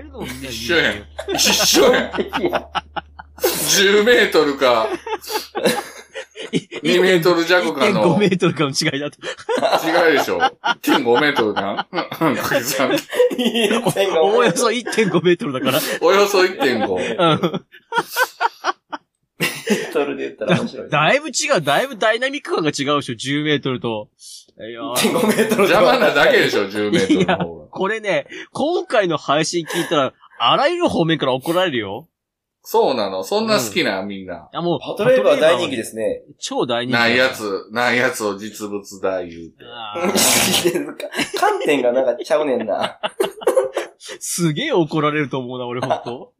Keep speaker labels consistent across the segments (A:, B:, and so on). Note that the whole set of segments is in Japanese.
A: るのもみんなで
B: 一
A: 言
B: 緒
A: う
B: やん。一緒やん。10メートルか、2メートル弱か
C: 1.5
B: の
C: メートルかの違いだと。
B: 違いでしょ。1.5メートルなかけ算
C: おおよそ1.5メートルだから。
B: およそ1.5。
C: うん
D: トルで言ったら面白い。
C: だいぶ違う、だいぶダイナミック感が違うでしょ、10メートルと。いやー
D: 1.5メートル
B: 邪魔なだけでしょ、10メートルの方が。
C: これね、今回の配信聞いたら、あらゆる方面から怒られるよ。
B: そうなの。そんな好きな、みんな。
C: いやもう、。
D: パトレーバー大人気ですすね。
C: 超大人気。
B: ないや。つ、ないやつを実物大言うて。
C: あー
D: 観点がなんかちゃうねんな。
C: すげえ怒られると思うな、俺ほん と。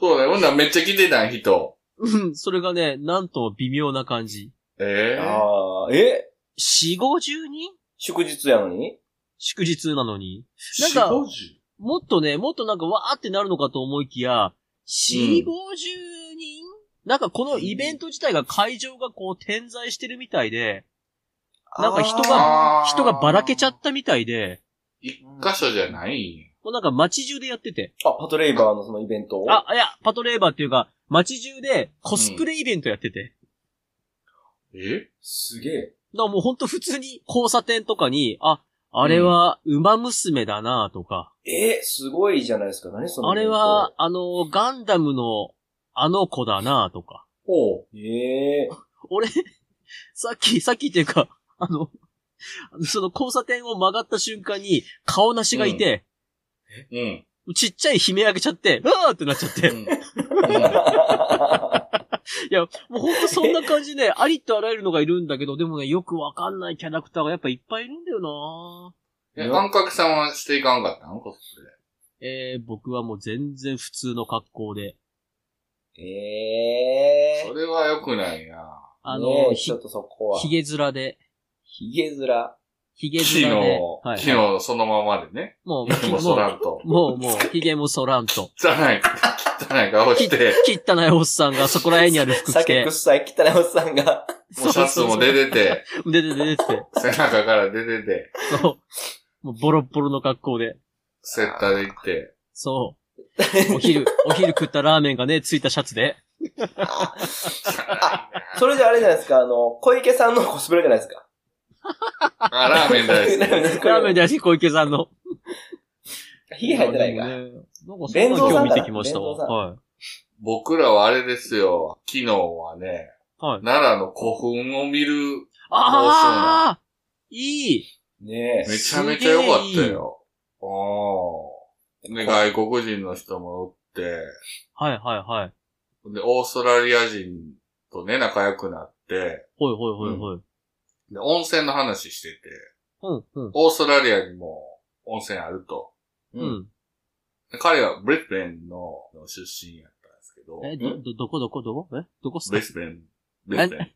B: そうだよ。ほんならめっちゃ来てない人。
C: うん、それがね、なんと微妙な感じ。
B: ええ
D: ああ、え
C: 四五十人
D: 祝日やのに
C: 祝日なのに。なん
B: 四
C: か
B: 五十
C: もっとね、もっとなんかわーってなるのかと思いきや、四五十人、なんかこのイベント自体が会場がこう点在してるみたいで、なんか人が、
B: あー
C: 人がばらけちゃったみたいで、
B: 一箇所じゃない。
C: もうなんか街中でやってて。
D: あ、パトレイバーのそのイベント
C: あ、いや、パトレーバーっていうか、街中でコスプレイベントやってて。
B: え
D: すげえ。
C: だからもうほんと普通に交差点とかに、あ、あれは馬娘だなとか、
D: えすごいじゃないですか。何その
C: あ
D: イベ
C: れ
D: ント
C: は、、あの、ガンダムのあの子だなとか。
B: おう。
D: ええ
C: 俺、さっき、さっきっていうか、あの、あのその交差点を曲がった瞬間に、顔なしがいて、
B: うん。
C: ちっちゃい悲鳴あげちゃって、うわーってなっちゃっ
B: う
C: て、
B: ん。
C: もうほんとそんな感じで、ありとあらゆるのがいるんだけど、でもね、よくわかんないキャラクターがやっぱいっぱいいるんだよな
B: え、あんかけさんはしていかんかったんコスプレ。
C: えー、僕はもう全然普通の格好で。
D: え
B: そ
D: え
B: れは良くないな。
C: あ
D: ね
C: の、
D: え
C: ひ
D: ちょっとそこは。
C: ひ、げ面で、
D: ひげ面。
C: ひげ
B: 昨日、
C: 面で、はい、
B: 昨日そのままでね。
C: もう、
B: もうそらんと。
C: もう、もう、もう、ひげもそらんと。
B: 汚い、汚い 顔して、
C: 汚いおっさんがそこら辺にある服着
D: 酒
C: て、
D: 臭い汚いおっさんが。
B: もうシャツも出てて、
C: ででででって、
B: 背中から出てて、
C: そう。もうボロッボロの格好で。
B: セッターで行って。
C: そう。お昼、お昼食ったラーメンがね、ついたシャツで。
D: それじゃあれじゃないですか。あの、小池さんのコスプレじゃないですか。
B: あ、ラーメン大 好き。
C: ラーメンで足小池さんの。
D: ひげ生えてないか。
C: でもねなんかそん
D: 弁
C: な
D: 当さ
C: 今
D: ん
C: 日
D: だ
C: 見てきましたわ。
D: 弁当さん
C: はい。
B: 僕らはあれですよ。昨日はね、
C: はい。
B: 奈良の古墳を見る、
C: ああいい
D: ねえ。
B: めちゃめちゃ良かったよ。ああ。ね、外国人の人もおって、
C: はいはいはい。
B: で、オーストラリア人とね、仲良くなって、
C: ほいほいほいほい。
B: で、温泉の話してて、
C: うん、うん、
B: オーストラリアにも温泉あると。
C: う。ん。
B: で彼はブリスベンの出身やったんですけど、
C: え、ど、ど、どこどこどこえどこっす
B: ブ
C: か
B: リスベン、ブリスベン、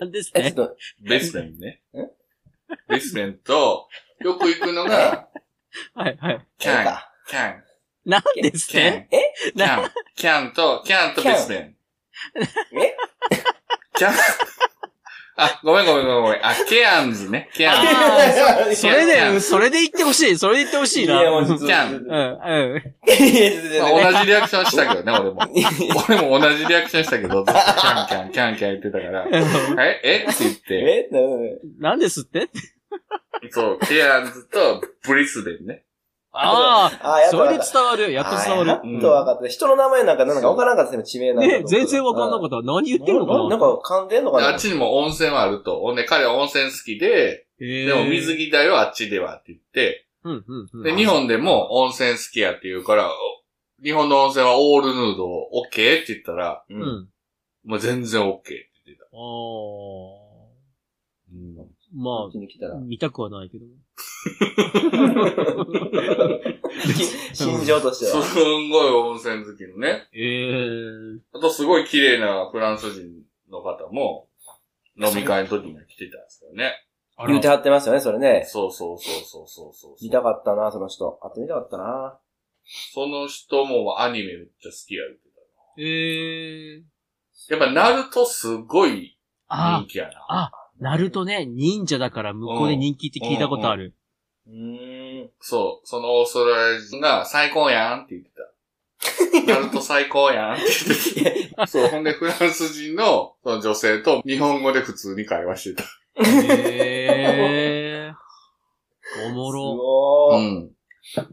C: なんです
D: え、
C: ね
D: ちょっと、
B: ブリスベンね。ブリスベンと、よく行くのが、
C: はいはい。
B: キ
D: ええ
B: ャン、
D: か。
B: キャン、
C: なんです
B: キャ
C: ね
B: ン、キャン、キャンと、キャンとブリスベン。
D: え
B: キャン、あ、ごめんごめんごめんごめん。あ、ケアンズね。ケアンズ。
C: あそれ
B: キャ
C: で、
B: ン
C: それで言ってほしい。それで言ってほしいな。
D: いや、もう、
C: う
D: ち
C: ん、
D: ょっと
B: キャン
C: うん。
B: まあ同じリアクションしたけどね、俺も。俺も同じリアクションしたけど、ずっとキャンキャン、キャンキャン言ってたから。 ええって言って。
D: え
C: なんですって
B: そう、ケアンズとブリスベンね。
C: ああ、
D: あ、やっと
C: それ
D: 分か
C: で
D: っ
C: 伝わる。や
D: た。
C: っと伝わる。
D: あやっと分かった。人の名前なんかなんか分からんかったですね、地名なんか。
C: ね、全然わかんなか
D: っ
C: った。何言ってるの
D: な
C: か
D: な
C: なん
D: か噛んでんの
B: で
D: か
B: あ
D: な
B: っちにも温泉はあると。ほんで、彼は温泉好きで、で
C: で
B: も水
C: 着。
B: 着だよ、あっちではって言って。
C: うん、うん、うん。
B: で、日本でも温泉好きやって言うから、お日本の温泉はオールヌード、オッケーって言ったら、
C: う
B: うん
C: ん。
B: もう全然オッケーって言ってた。
C: ああ。
B: うん
C: ま
D: うちに来た
C: あ、
D: ら。
C: 見たくはないけど。
D: 心情としては。
B: すんごい温泉好きのね。
C: ええ。
B: あとすごい綺麗なフランス人の方も、飲み会の時には来てたんですよね。
C: あ
D: 言うてはってますよね、それね。
B: そうそうそうそうそうそう。
D: 見たかったな、その人。会ってみたかったな。
B: その人もアニメめっちゃ好きやるって
C: ええ。
B: た。やっぱ、ナルトすごい
C: あ
B: 人気やな。
C: あ、ナルトね、忍者だから向こうで人気って聞いたことある。
D: うーん。
B: そう、そのオーストラリア人が最高やんって言ってた。なると最高やんって言ってた。そう、ほんでフランス人のその女性と日本語で普通に会話してた。
C: へー。おも
D: す
C: ろ。
D: ごー
B: う
D: い。
B: ん。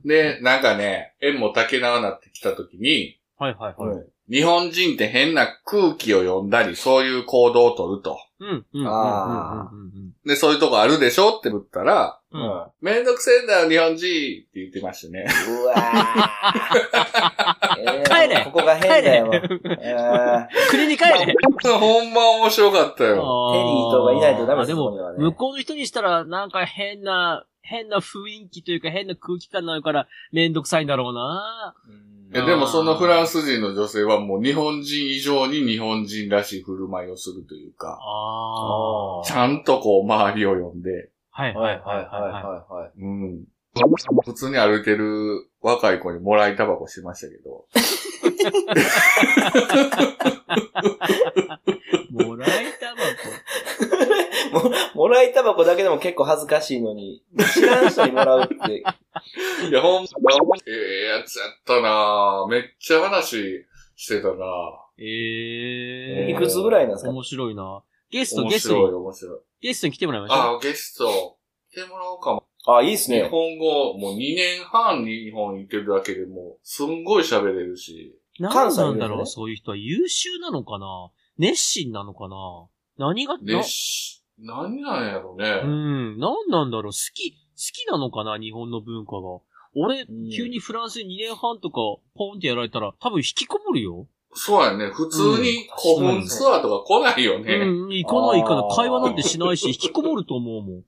B: で、なんかね、縁も竹縄なってきた時に、
C: はいはいはい。
B: 日本人って変な空気を読んだり、そういう行動をとると。
C: うん、うん、うん、うん、
D: あ
C: うんうん
B: で、そういうとこあるでしょって言ったら、
C: う。
D: うんん。う
C: うん。
D: わ
B: めんどくせえんだよ、日本人って言ってましたね。
D: ー
C: 帰れ
D: ここが変だよ。えー
C: 国に帰れテリ
B: ほんま面白かった
D: テ
B: よ。
D: リーとかいないとダメで
C: あ
D: す
C: で
D: よ
C: も、
D: これはね
C: 向こうの人にしたら、なんか変な、変な雰囲気というか変な空気感になるから、めんどくさいんだろうな
B: えでもそのフランス人の女性はもう日本人以上に日本人らしい振る舞いをするというか、
C: あ
B: ちゃんとこう周りを呼んで、
C: はいはいはいはい。はい
D: はい。
B: うん。普通に歩いてる若い子にもらいタバコしましたけど、
C: もらいたば
D: も、もらいタバコだけでも結構恥ずかしいのに、知らん人にもらうって。
B: いやほんま、ええやつやったなぁめっちゃ話してたなぁ
C: こ。 え
D: い
C: え
D: くつぐらいなんですか
C: 面白いなゲスト、
B: 面
C: ゲス
B: 白
C: ト
B: い
C: に、
B: 面白い。
C: ゲストに来てもらいましょう。
B: ああ、ゲスト、来てもらおうかも。
D: あ、いいっす
B: 日
D: ね。
B: 本語、もう2年半日本行ってるだけでもう、すんごい喋れるし。
C: 何
D: 関西
C: なん
D: で
C: だ
D: す
C: ろう、
D: ね
C: そういう人は優秀なのかな熱心なのかな何が、
B: で
C: な
B: し、何なんやろ
C: う
B: ね。
C: ん、何なんだろう、好き、好きなのかな日本の文化が。俺
D: うん、
C: 急にフランスに2年半とか、ポンってやられたら、多分引きこもるよ。
B: そうやね。普通に古墳ツアーとか来ないよね。
C: うん、行かない行かな
D: あ
C: い。
D: ー
C: 会話なんてしないし、引きこもると思うもん。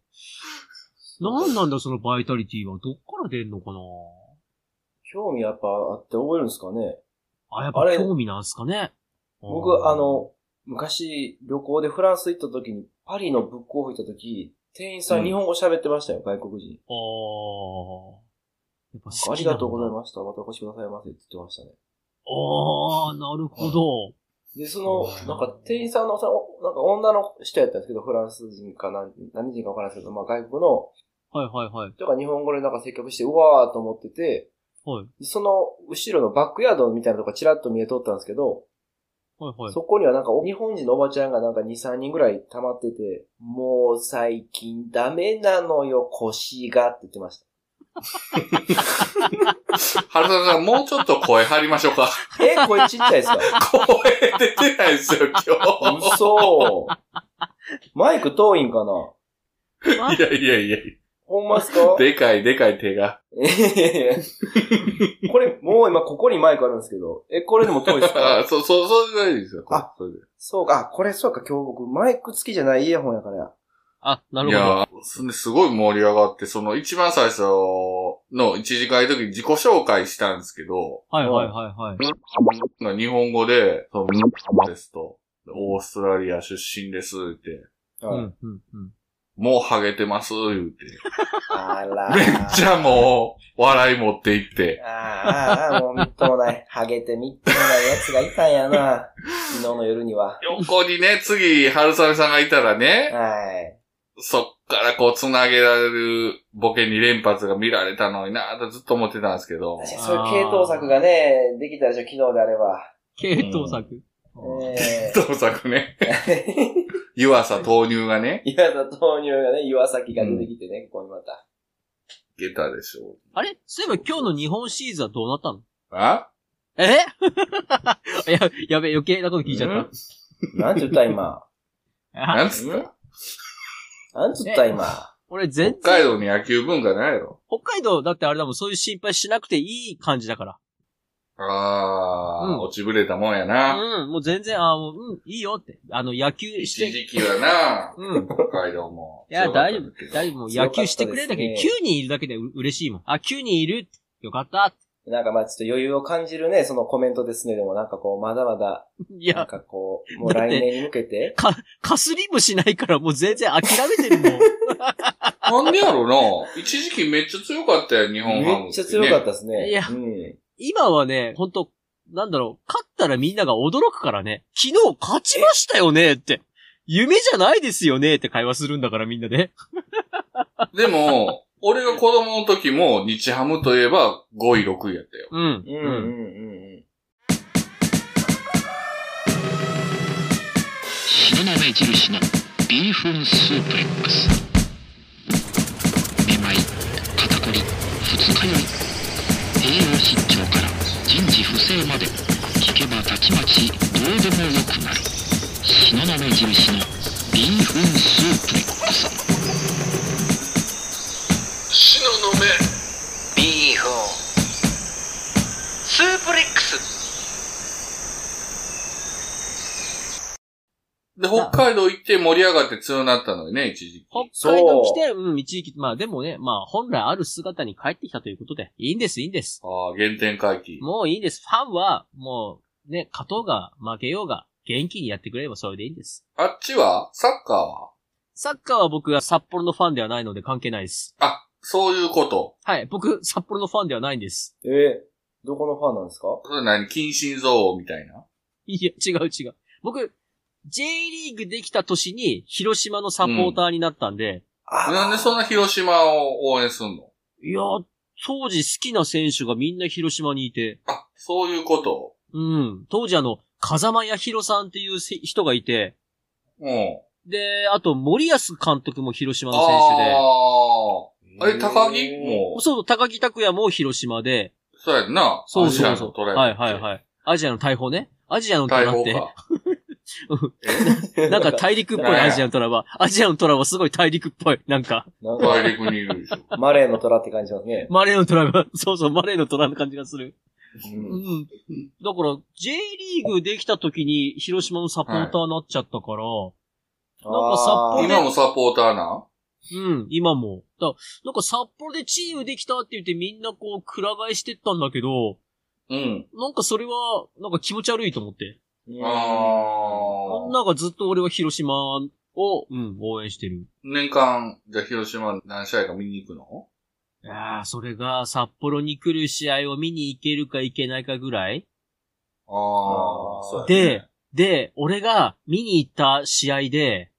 C: 何なんだ、そのバイタリティは。どっから出んのかな
D: 興味やっぱあって覚えるんですかね。
C: あ、やっ
D: あ
C: ぱ
D: れ
C: 興味なんすかね
D: 僕、あ、の、昔旅行でフランス行った時に、パリのブックオフ行った時、店員さ
B: うん
D: ん日本語喋ってましたよ、外国人。
C: あーやっぱ好き
D: ありがとうござい
C: す。
D: ました。またお越しくださいませって言ってましたね。
C: あー、なるほど。
D: で、その
B: うん、
D: なんか店員さんの、そのなんか女の人やったんですけど、フランス人か何何人かわからないですけど、まあ外国の
C: はいはいはい。
D: 人が日本語でなんか接客して、うわーと思ってて、
C: はい。
D: でその後ろのバックヤードみたいなとこがちらっと見えとったんですけど、
C: はいはい。
D: そこにはなんか日本人のおばちゃんがなんか2、3人ぐらい溜まってて、もう最近ダメなのよ、腰がって言ってました。
B: 原田さん、もうちょっと声張りましょう か。
D: え、これちっちゃいですか
B: 声出てないですよ、今
D: 嘘。マイク遠いんかな
B: 日。いやいやいや
D: ほんまっす か
B: でかいでかい手が。
D: これ、もう今ここにマイクあるんですけど、え、これでも遠いです
B: あ
D: か
B: あ、そう、そう、そうじゃないですよ。
D: あ
B: これそ
D: そうか、あこれそうか、今日僕マイク付きじゃないイヤホンやからや。
C: あ、な
B: れで。い
C: るほど。
B: やー、すごい盛り上がって、その一番最初の一次会の時に自己紹介したんですけど、
C: はいはいはいはい。
B: が日本語で、その、ですと、オーストラリア出身ですって、
C: う
D: はい
C: ん、うん、うん。
B: もうハゲてます、言うて。
D: あらー。
B: めっちゃもう、笑い持っていって。
D: あーあー、もうみっともない。ハゲてみっともないやつがいたんやな。昨日の夜には。
B: 横にね、次、春雨さんがいたらね、
D: はい。
B: そっからこう繋げられるボケに連発が見られたのになぁとずっと思ってたんですけど
D: 確。かにそういう系統策がね、できたでしょ、昨日であれ ば。
C: 系統作。
D: え
B: どう作ね、
D: え
B: 湯浅豆乳がね、
D: 岩田豆乳がね、岩崎が出てきてね、ここにまた。
B: 出たでしょう。
C: あれそういえば今日の日本シリーズはどうなったの
B: あ
C: え や、やべ、余計なこと聞いちゃっ
D: なんて言った今。
C: た。
B: なんつった
D: なんて言った今。
C: 俺全
B: 北海
C: 然、
B: 道に野球文化ないやろ。
C: 北海道だってあれだもん、そういう心配しなくていい感じだか
B: あー、
C: うん
B: 落ちぶれたもんや
C: ら。
B: な。
C: うん、もう全然、あもう、うん、いいよって。あの、野球し
B: 一
C: て、
B: 時期はな、
C: うん。
B: 北海道も。
C: いや、
B: 強かっ
C: 大
B: た
C: 丈
B: ん
C: 夫
B: だけ。ど
C: 大丈夫。もう
D: 強か
C: 野
D: った
C: 球
D: ですね
C: してくれるだけで、9人いるだけでう嬉しいもん。あ、9人いる。よかった。
D: なんかまあちょっと余裕を感じるね、そのコメントですね。でもなんかこう、まだまだ、
C: い
D: なん
C: や、
D: かこう、もう来年に向けて。
C: か、かすりもしないからもう全然諦めてるもん。
B: なんでやろな一時期めっちゃ強かったよ、日本ハムてね。
D: めっちゃ強かった
B: た。
D: ですね。
C: いや
D: うん。
C: 今はね、ほんと、なんだろう、勝ったらみんなが驚くからね、昨日勝ちましたよねって、夢じゃないですよねって会話するんだからみんなで。
B: でも、俺が子供の時も日ハムといえば5位、6位やったよ。
C: うん。
D: うんうんうんうん。
A: 死の長い印のビーフンスープレックスめまい肩こり二日酔い栄養失調から人事不正まで聞けばたちまちどうでもよくなる死の長い印のビーフンスープレックス死ののめビーフンスープレックス
B: で、北海道行って盛り上がって強なったのよね、一時期。
C: 北海道来て、うん、一時期、まあでもね、まあ本来ある姿に帰ってきたということで、いいんです、いいんです。
B: ああ、原点回帰。
C: もういいんです。ファンは、もう、ね、勝とうが、負けようが、元気にやってくれればそれでいいんです。
B: あっちはサッカーは
C: サッカーは僕は札幌のファンではないので関係ないです。
B: あ、そういうこと。
C: はい、僕、札幌のファンではないんです。
D: えー、どこのファンなんですか
B: それ何近親憎悪みたいな。
C: いや、違う違う。僕、J リーグできた年に、広島のサポーターになったんで、
D: あ
B: なんでそんな広島を応援すんの
C: いや、当時好きな選手がみんな広島にいて、
B: あ、そういうこと。
C: うん、当時あの、風間彌弘さんっていうせ人がいて、
B: うん。
C: で、あと、森保監督も広島の選手で、
B: ああ。あれ、高木
D: え
B: もう、
C: そう、高木拓也も広島で、
B: そうやんな。
C: そう
B: ア
C: そう
B: ジア
C: そ
B: の
C: う。
B: トライ
C: はいはいはい。アジアの大砲ね。アジアのト
B: 大
C: ラっ
B: 砲
C: て、
B: か。
D: ー
C: なんか大陸っぽい
B: ね
C: アジアのトラは、アジアのトラはすごい大陸っぽい。なんか、
D: なんか、
B: 大陸にいるでしょ。
D: マレーの虎って感じしますね。
C: マレ ーのトラは、そうそう、マレーのトラの感じがする。
D: う
C: うんん。だから、J リーグできた時に広島のサポーターになっちゃったから、なんか札幌
D: あー
B: 今もサポーターな
C: うん、今も。だなんか札幌でチームできたって言ってみんなこう、くら替えしてったんだけど、
B: うん。
C: なんかそれは、なんか気持ち悪いと思って。
B: ああ。
C: なんかずっと俺は広島を、うん、応援してる。
B: 年間、じゃあ広島何試合か見に行くの
C: ああ、それが札幌に来る試合を見に行けるか行けないかぐらい
B: あ
D: あー
B: あ、そうや
C: で
B: ね。、
C: で、俺が見に行った試合で、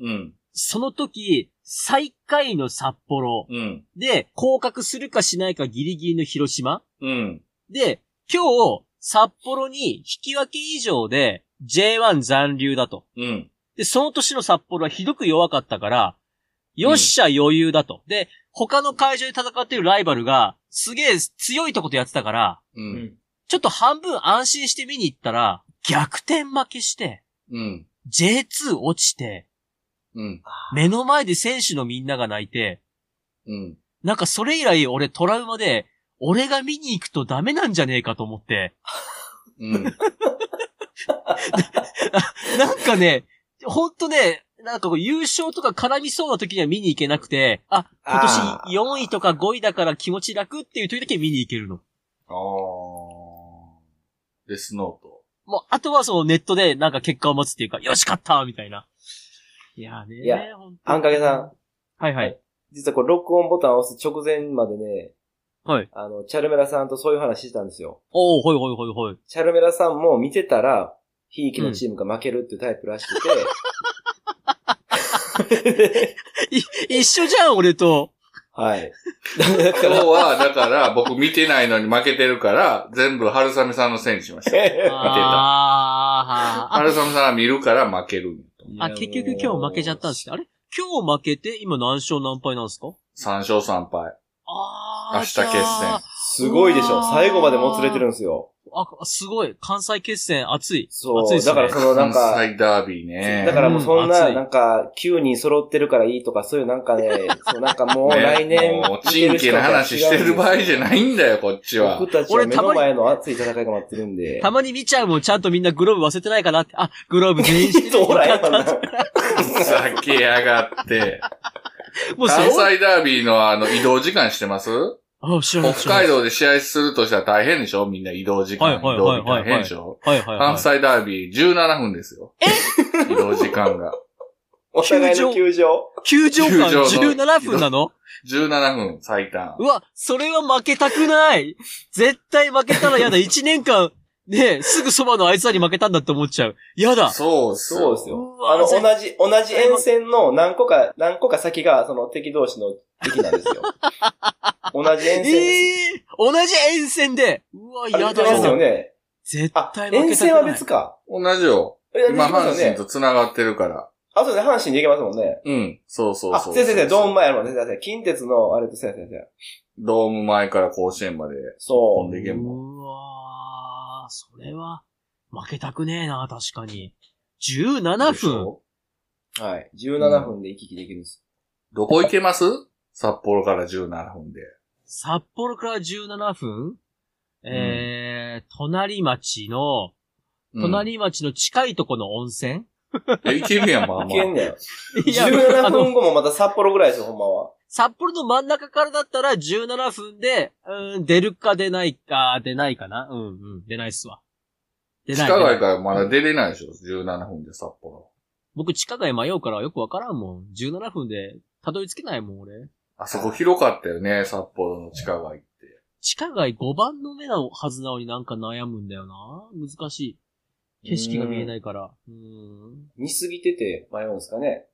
B: うん。
C: その時、最下位の札幌
B: うん。
C: で、降格するかしないかギリギリの広島
B: うん。
C: で、今日、札幌に引き分け以上で J1 残留だと。
B: うん。
C: で、その年の札幌はひどく弱かったから、よっしゃ余裕だと。で、他の会場で戦ってるライバルが、すげえ強いとことやってたから、
B: う。
D: うんん
C: ちょっと半分安心して見に行ったら、逆転負けして、
B: うん。
C: J2 落ちて、
B: うん。
C: 目の前で選手のみんなが泣いて、
B: うん。
C: なんかそれ以来俺トラウマで、俺が見に行くとダメなんじゃねえかと思って、
B: う ん。
C: なんかね、ほんとね、なんかこう優勝とか絡みそうな時には見に行けなくて、あ、今
D: あー
C: 年4位とか5位だから気持ち楽っていう時だけ見に行けるの。
B: ああ。デスノート。
C: もう、あとはそのネットでなんか結果を待つっていうか、よし、勝ったみたいな。いやーねー。
D: いや
C: ほんと
D: あんかけさん、
C: はいはい。
D: 実はこれ録音ボタンを押す直前までね、
C: はい。
D: あの、チャルメラさんとそういう話してたんですよ。
C: おー、ほいほいほいほい。
D: チャルメラさんも見てたら、ひいきのチームが負けるっていうタイプらしく て。
C: い一緒じゃん、俺と。
D: はい。
B: 今日は、だから、僕見てないのに負けてるから、全部春雨さんのせいにしました。
C: あーはー
B: 春雨さんは見るから負けるんやと。
C: あ。あ、結局今日負けちゃったんですね。あれ今日負けて、今何勝何敗なんですか
B: 3勝3敗。
C: あー。
B: 明日決
C: じゃあ
B: 戦。
D: すごいでしょ。最後までもつれてるんですよ。
C: あ、すごい。関西決戦熱い。
D: そう。
C: 熱いっすね
D: だからそのなん
B: 関
D: か、
B: 西ダービーね。
D: だからもうそん
C: うん
D: な、
C: 熱い
D: なんか、9人揃ってるからいいとか、そういうなんか ね、そうなんかもう来年、
B: ねもう、チンケな話してる場合じゃ
D: い。
B: ないんだよ、こっち は。
D: 僕たちは目の前の熱い戦いが待ってるんで。
C: たまに見ちゃうもん、ちゃんとみんなグローブ忘れてないかなって。あ、グローブ全員して る。
D: そうほらや
C: よ
D: っぱ
C: かっ
D: な
C: た
B: ふざけやがって。
C: もうす
B: 関
C: ごい。
B: 西ダービーのあの、移動時間してます
C: あ、知らない。知
B: 北
C: らない
B: 海道で試合するとしたら大変でしょみんな移動時間。
C: はいはい
B: 移動
C: はい
B: 時
C: はい
B: 間大変でしょ
C: はいはい、はい
B: 関。西ダービー17分ですよ。移動時間が。
D: お互いの球場。
C: 球場間
B: 球場の
C: 17分なの
B: 17分最短
C: う。わ、それは負けたくない。絶対負けたらやだ。1年間、ねえ、すぐそばのあいつらに負けたんだって思っちゃう。やだ。
B: そうっす
D: そうですよ。
C: う
D: あの、
C: わ
D: 同じ、同じ沿線の何個か、何個か先が、その敵同士の敵なんです よ。同じ沿線です。
C: ええ同じ沿線で。うわ、
D: あれ
C: や
D: 言って
C: だ
D: ま
C: や
D: すよ
C: だ。
D: ね。
C: 絶
D: あ
C: 対、負けたくない。
D: 沿線は別か。
B: 同じよ。
D: え
B: 今、
D: 言ってま
B: 阪
D: すよ
B: 神
D: ね
B: と繋がってるから。
D: あ、そうですね。阪神で行けますもんね。
B: うん。そうそう
D: あ、
B: そうそう。
D: 先生、先生、ドーム前あるもんね。先生、近鉄の、あれと先生、先生。
B: ドーム前から甲子園まで飛ん
D: そ
B: でいけんもん。
C: うわーそれは、負けたくねえな、確かに。17
D: でし
C: 分。
D: ょはい。17分で行き来できるんです。
B: どこ行けます札幌から17分で。
C: 札幌から17分、えー、隣町の、
B: うん、
C: 隣町の近いとこの温 泉、
B: え行けるやん、まあまあ。
D: いけんねん。
C: いや、あ
D: 17
C: の、
D: 分後もまた札幌ぐらいですよ、ほんまは。
C: 札幌の真ん中からだったら17分で、うん、出るか出ないか、出ないかなうんうん、出ないっすわ。出
B: 地
C: ない
B: 下街
C: 出ない。
B: からまだ出れないでしょ、17分で札幌。
C: 僕地下街迷うからよくわからんもん。17分で、たどり着けないもん、俺。
B: あそこ広かったよね、札幌の地下街って。
C: 地下街5番の目なはずなのになんか悩むんだよな。難しい。景色が見えないから。うーん。
D: 見すぎてて迷うんですかね。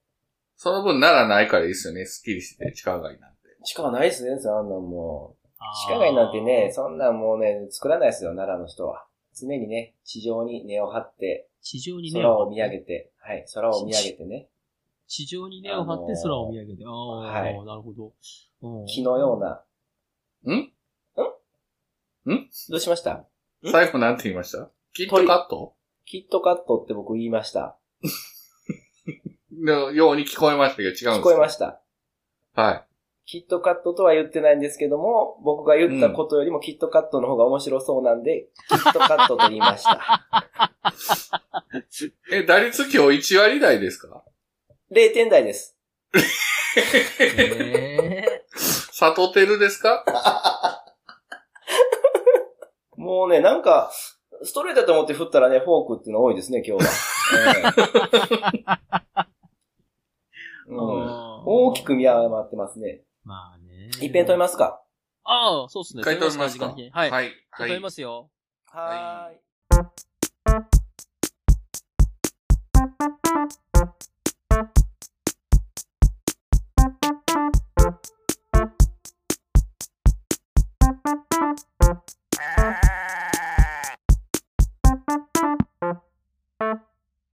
B: その分ならないからいいっすよね、スッキリして地下街なんて。
D: 地下はないですね、あんなんもう。
C: あー
D: 地下街なんてね、、そんなんもうね、作らないですよ、奈良の人は。常にね、地上に根を張って、
C: 地上に根
D: 空
C: を
D: を見上げて、はい、空を見上げてね、
C: 地上に根を張って空を見上げて。ああ、
D: はい
C: なるほど。うん
D: 木のような。
B: ん
D: どうしました
B: 最後なんて言いましたキットカット
D: キットカットって僕言いました。
B: のように聞こえましたけど違うんですか
D: 聞こえました。
B: はい。
D: キットカットとは言ってないんですけども、僕が言ったことよりもキットカットの方が面白そうなんで、キットカットと言いました。
B: え、打率今日1割台ですか
D: 0点台です。
C: え
B: サトテルですか
D: もうね、なんか、ストレートだと思って振ったらね、フォークっていうの多いですね、今日は。 ええ
C: ー
D: うん大き。く見誤ってますね。
C: まあね。
D: 一遍止めますか
C: ああ、そうっすね。
B: 一回止めますか
C: 時間的にはい。
B: はい。
C: 止めますよ。
B: はい
D: ーい。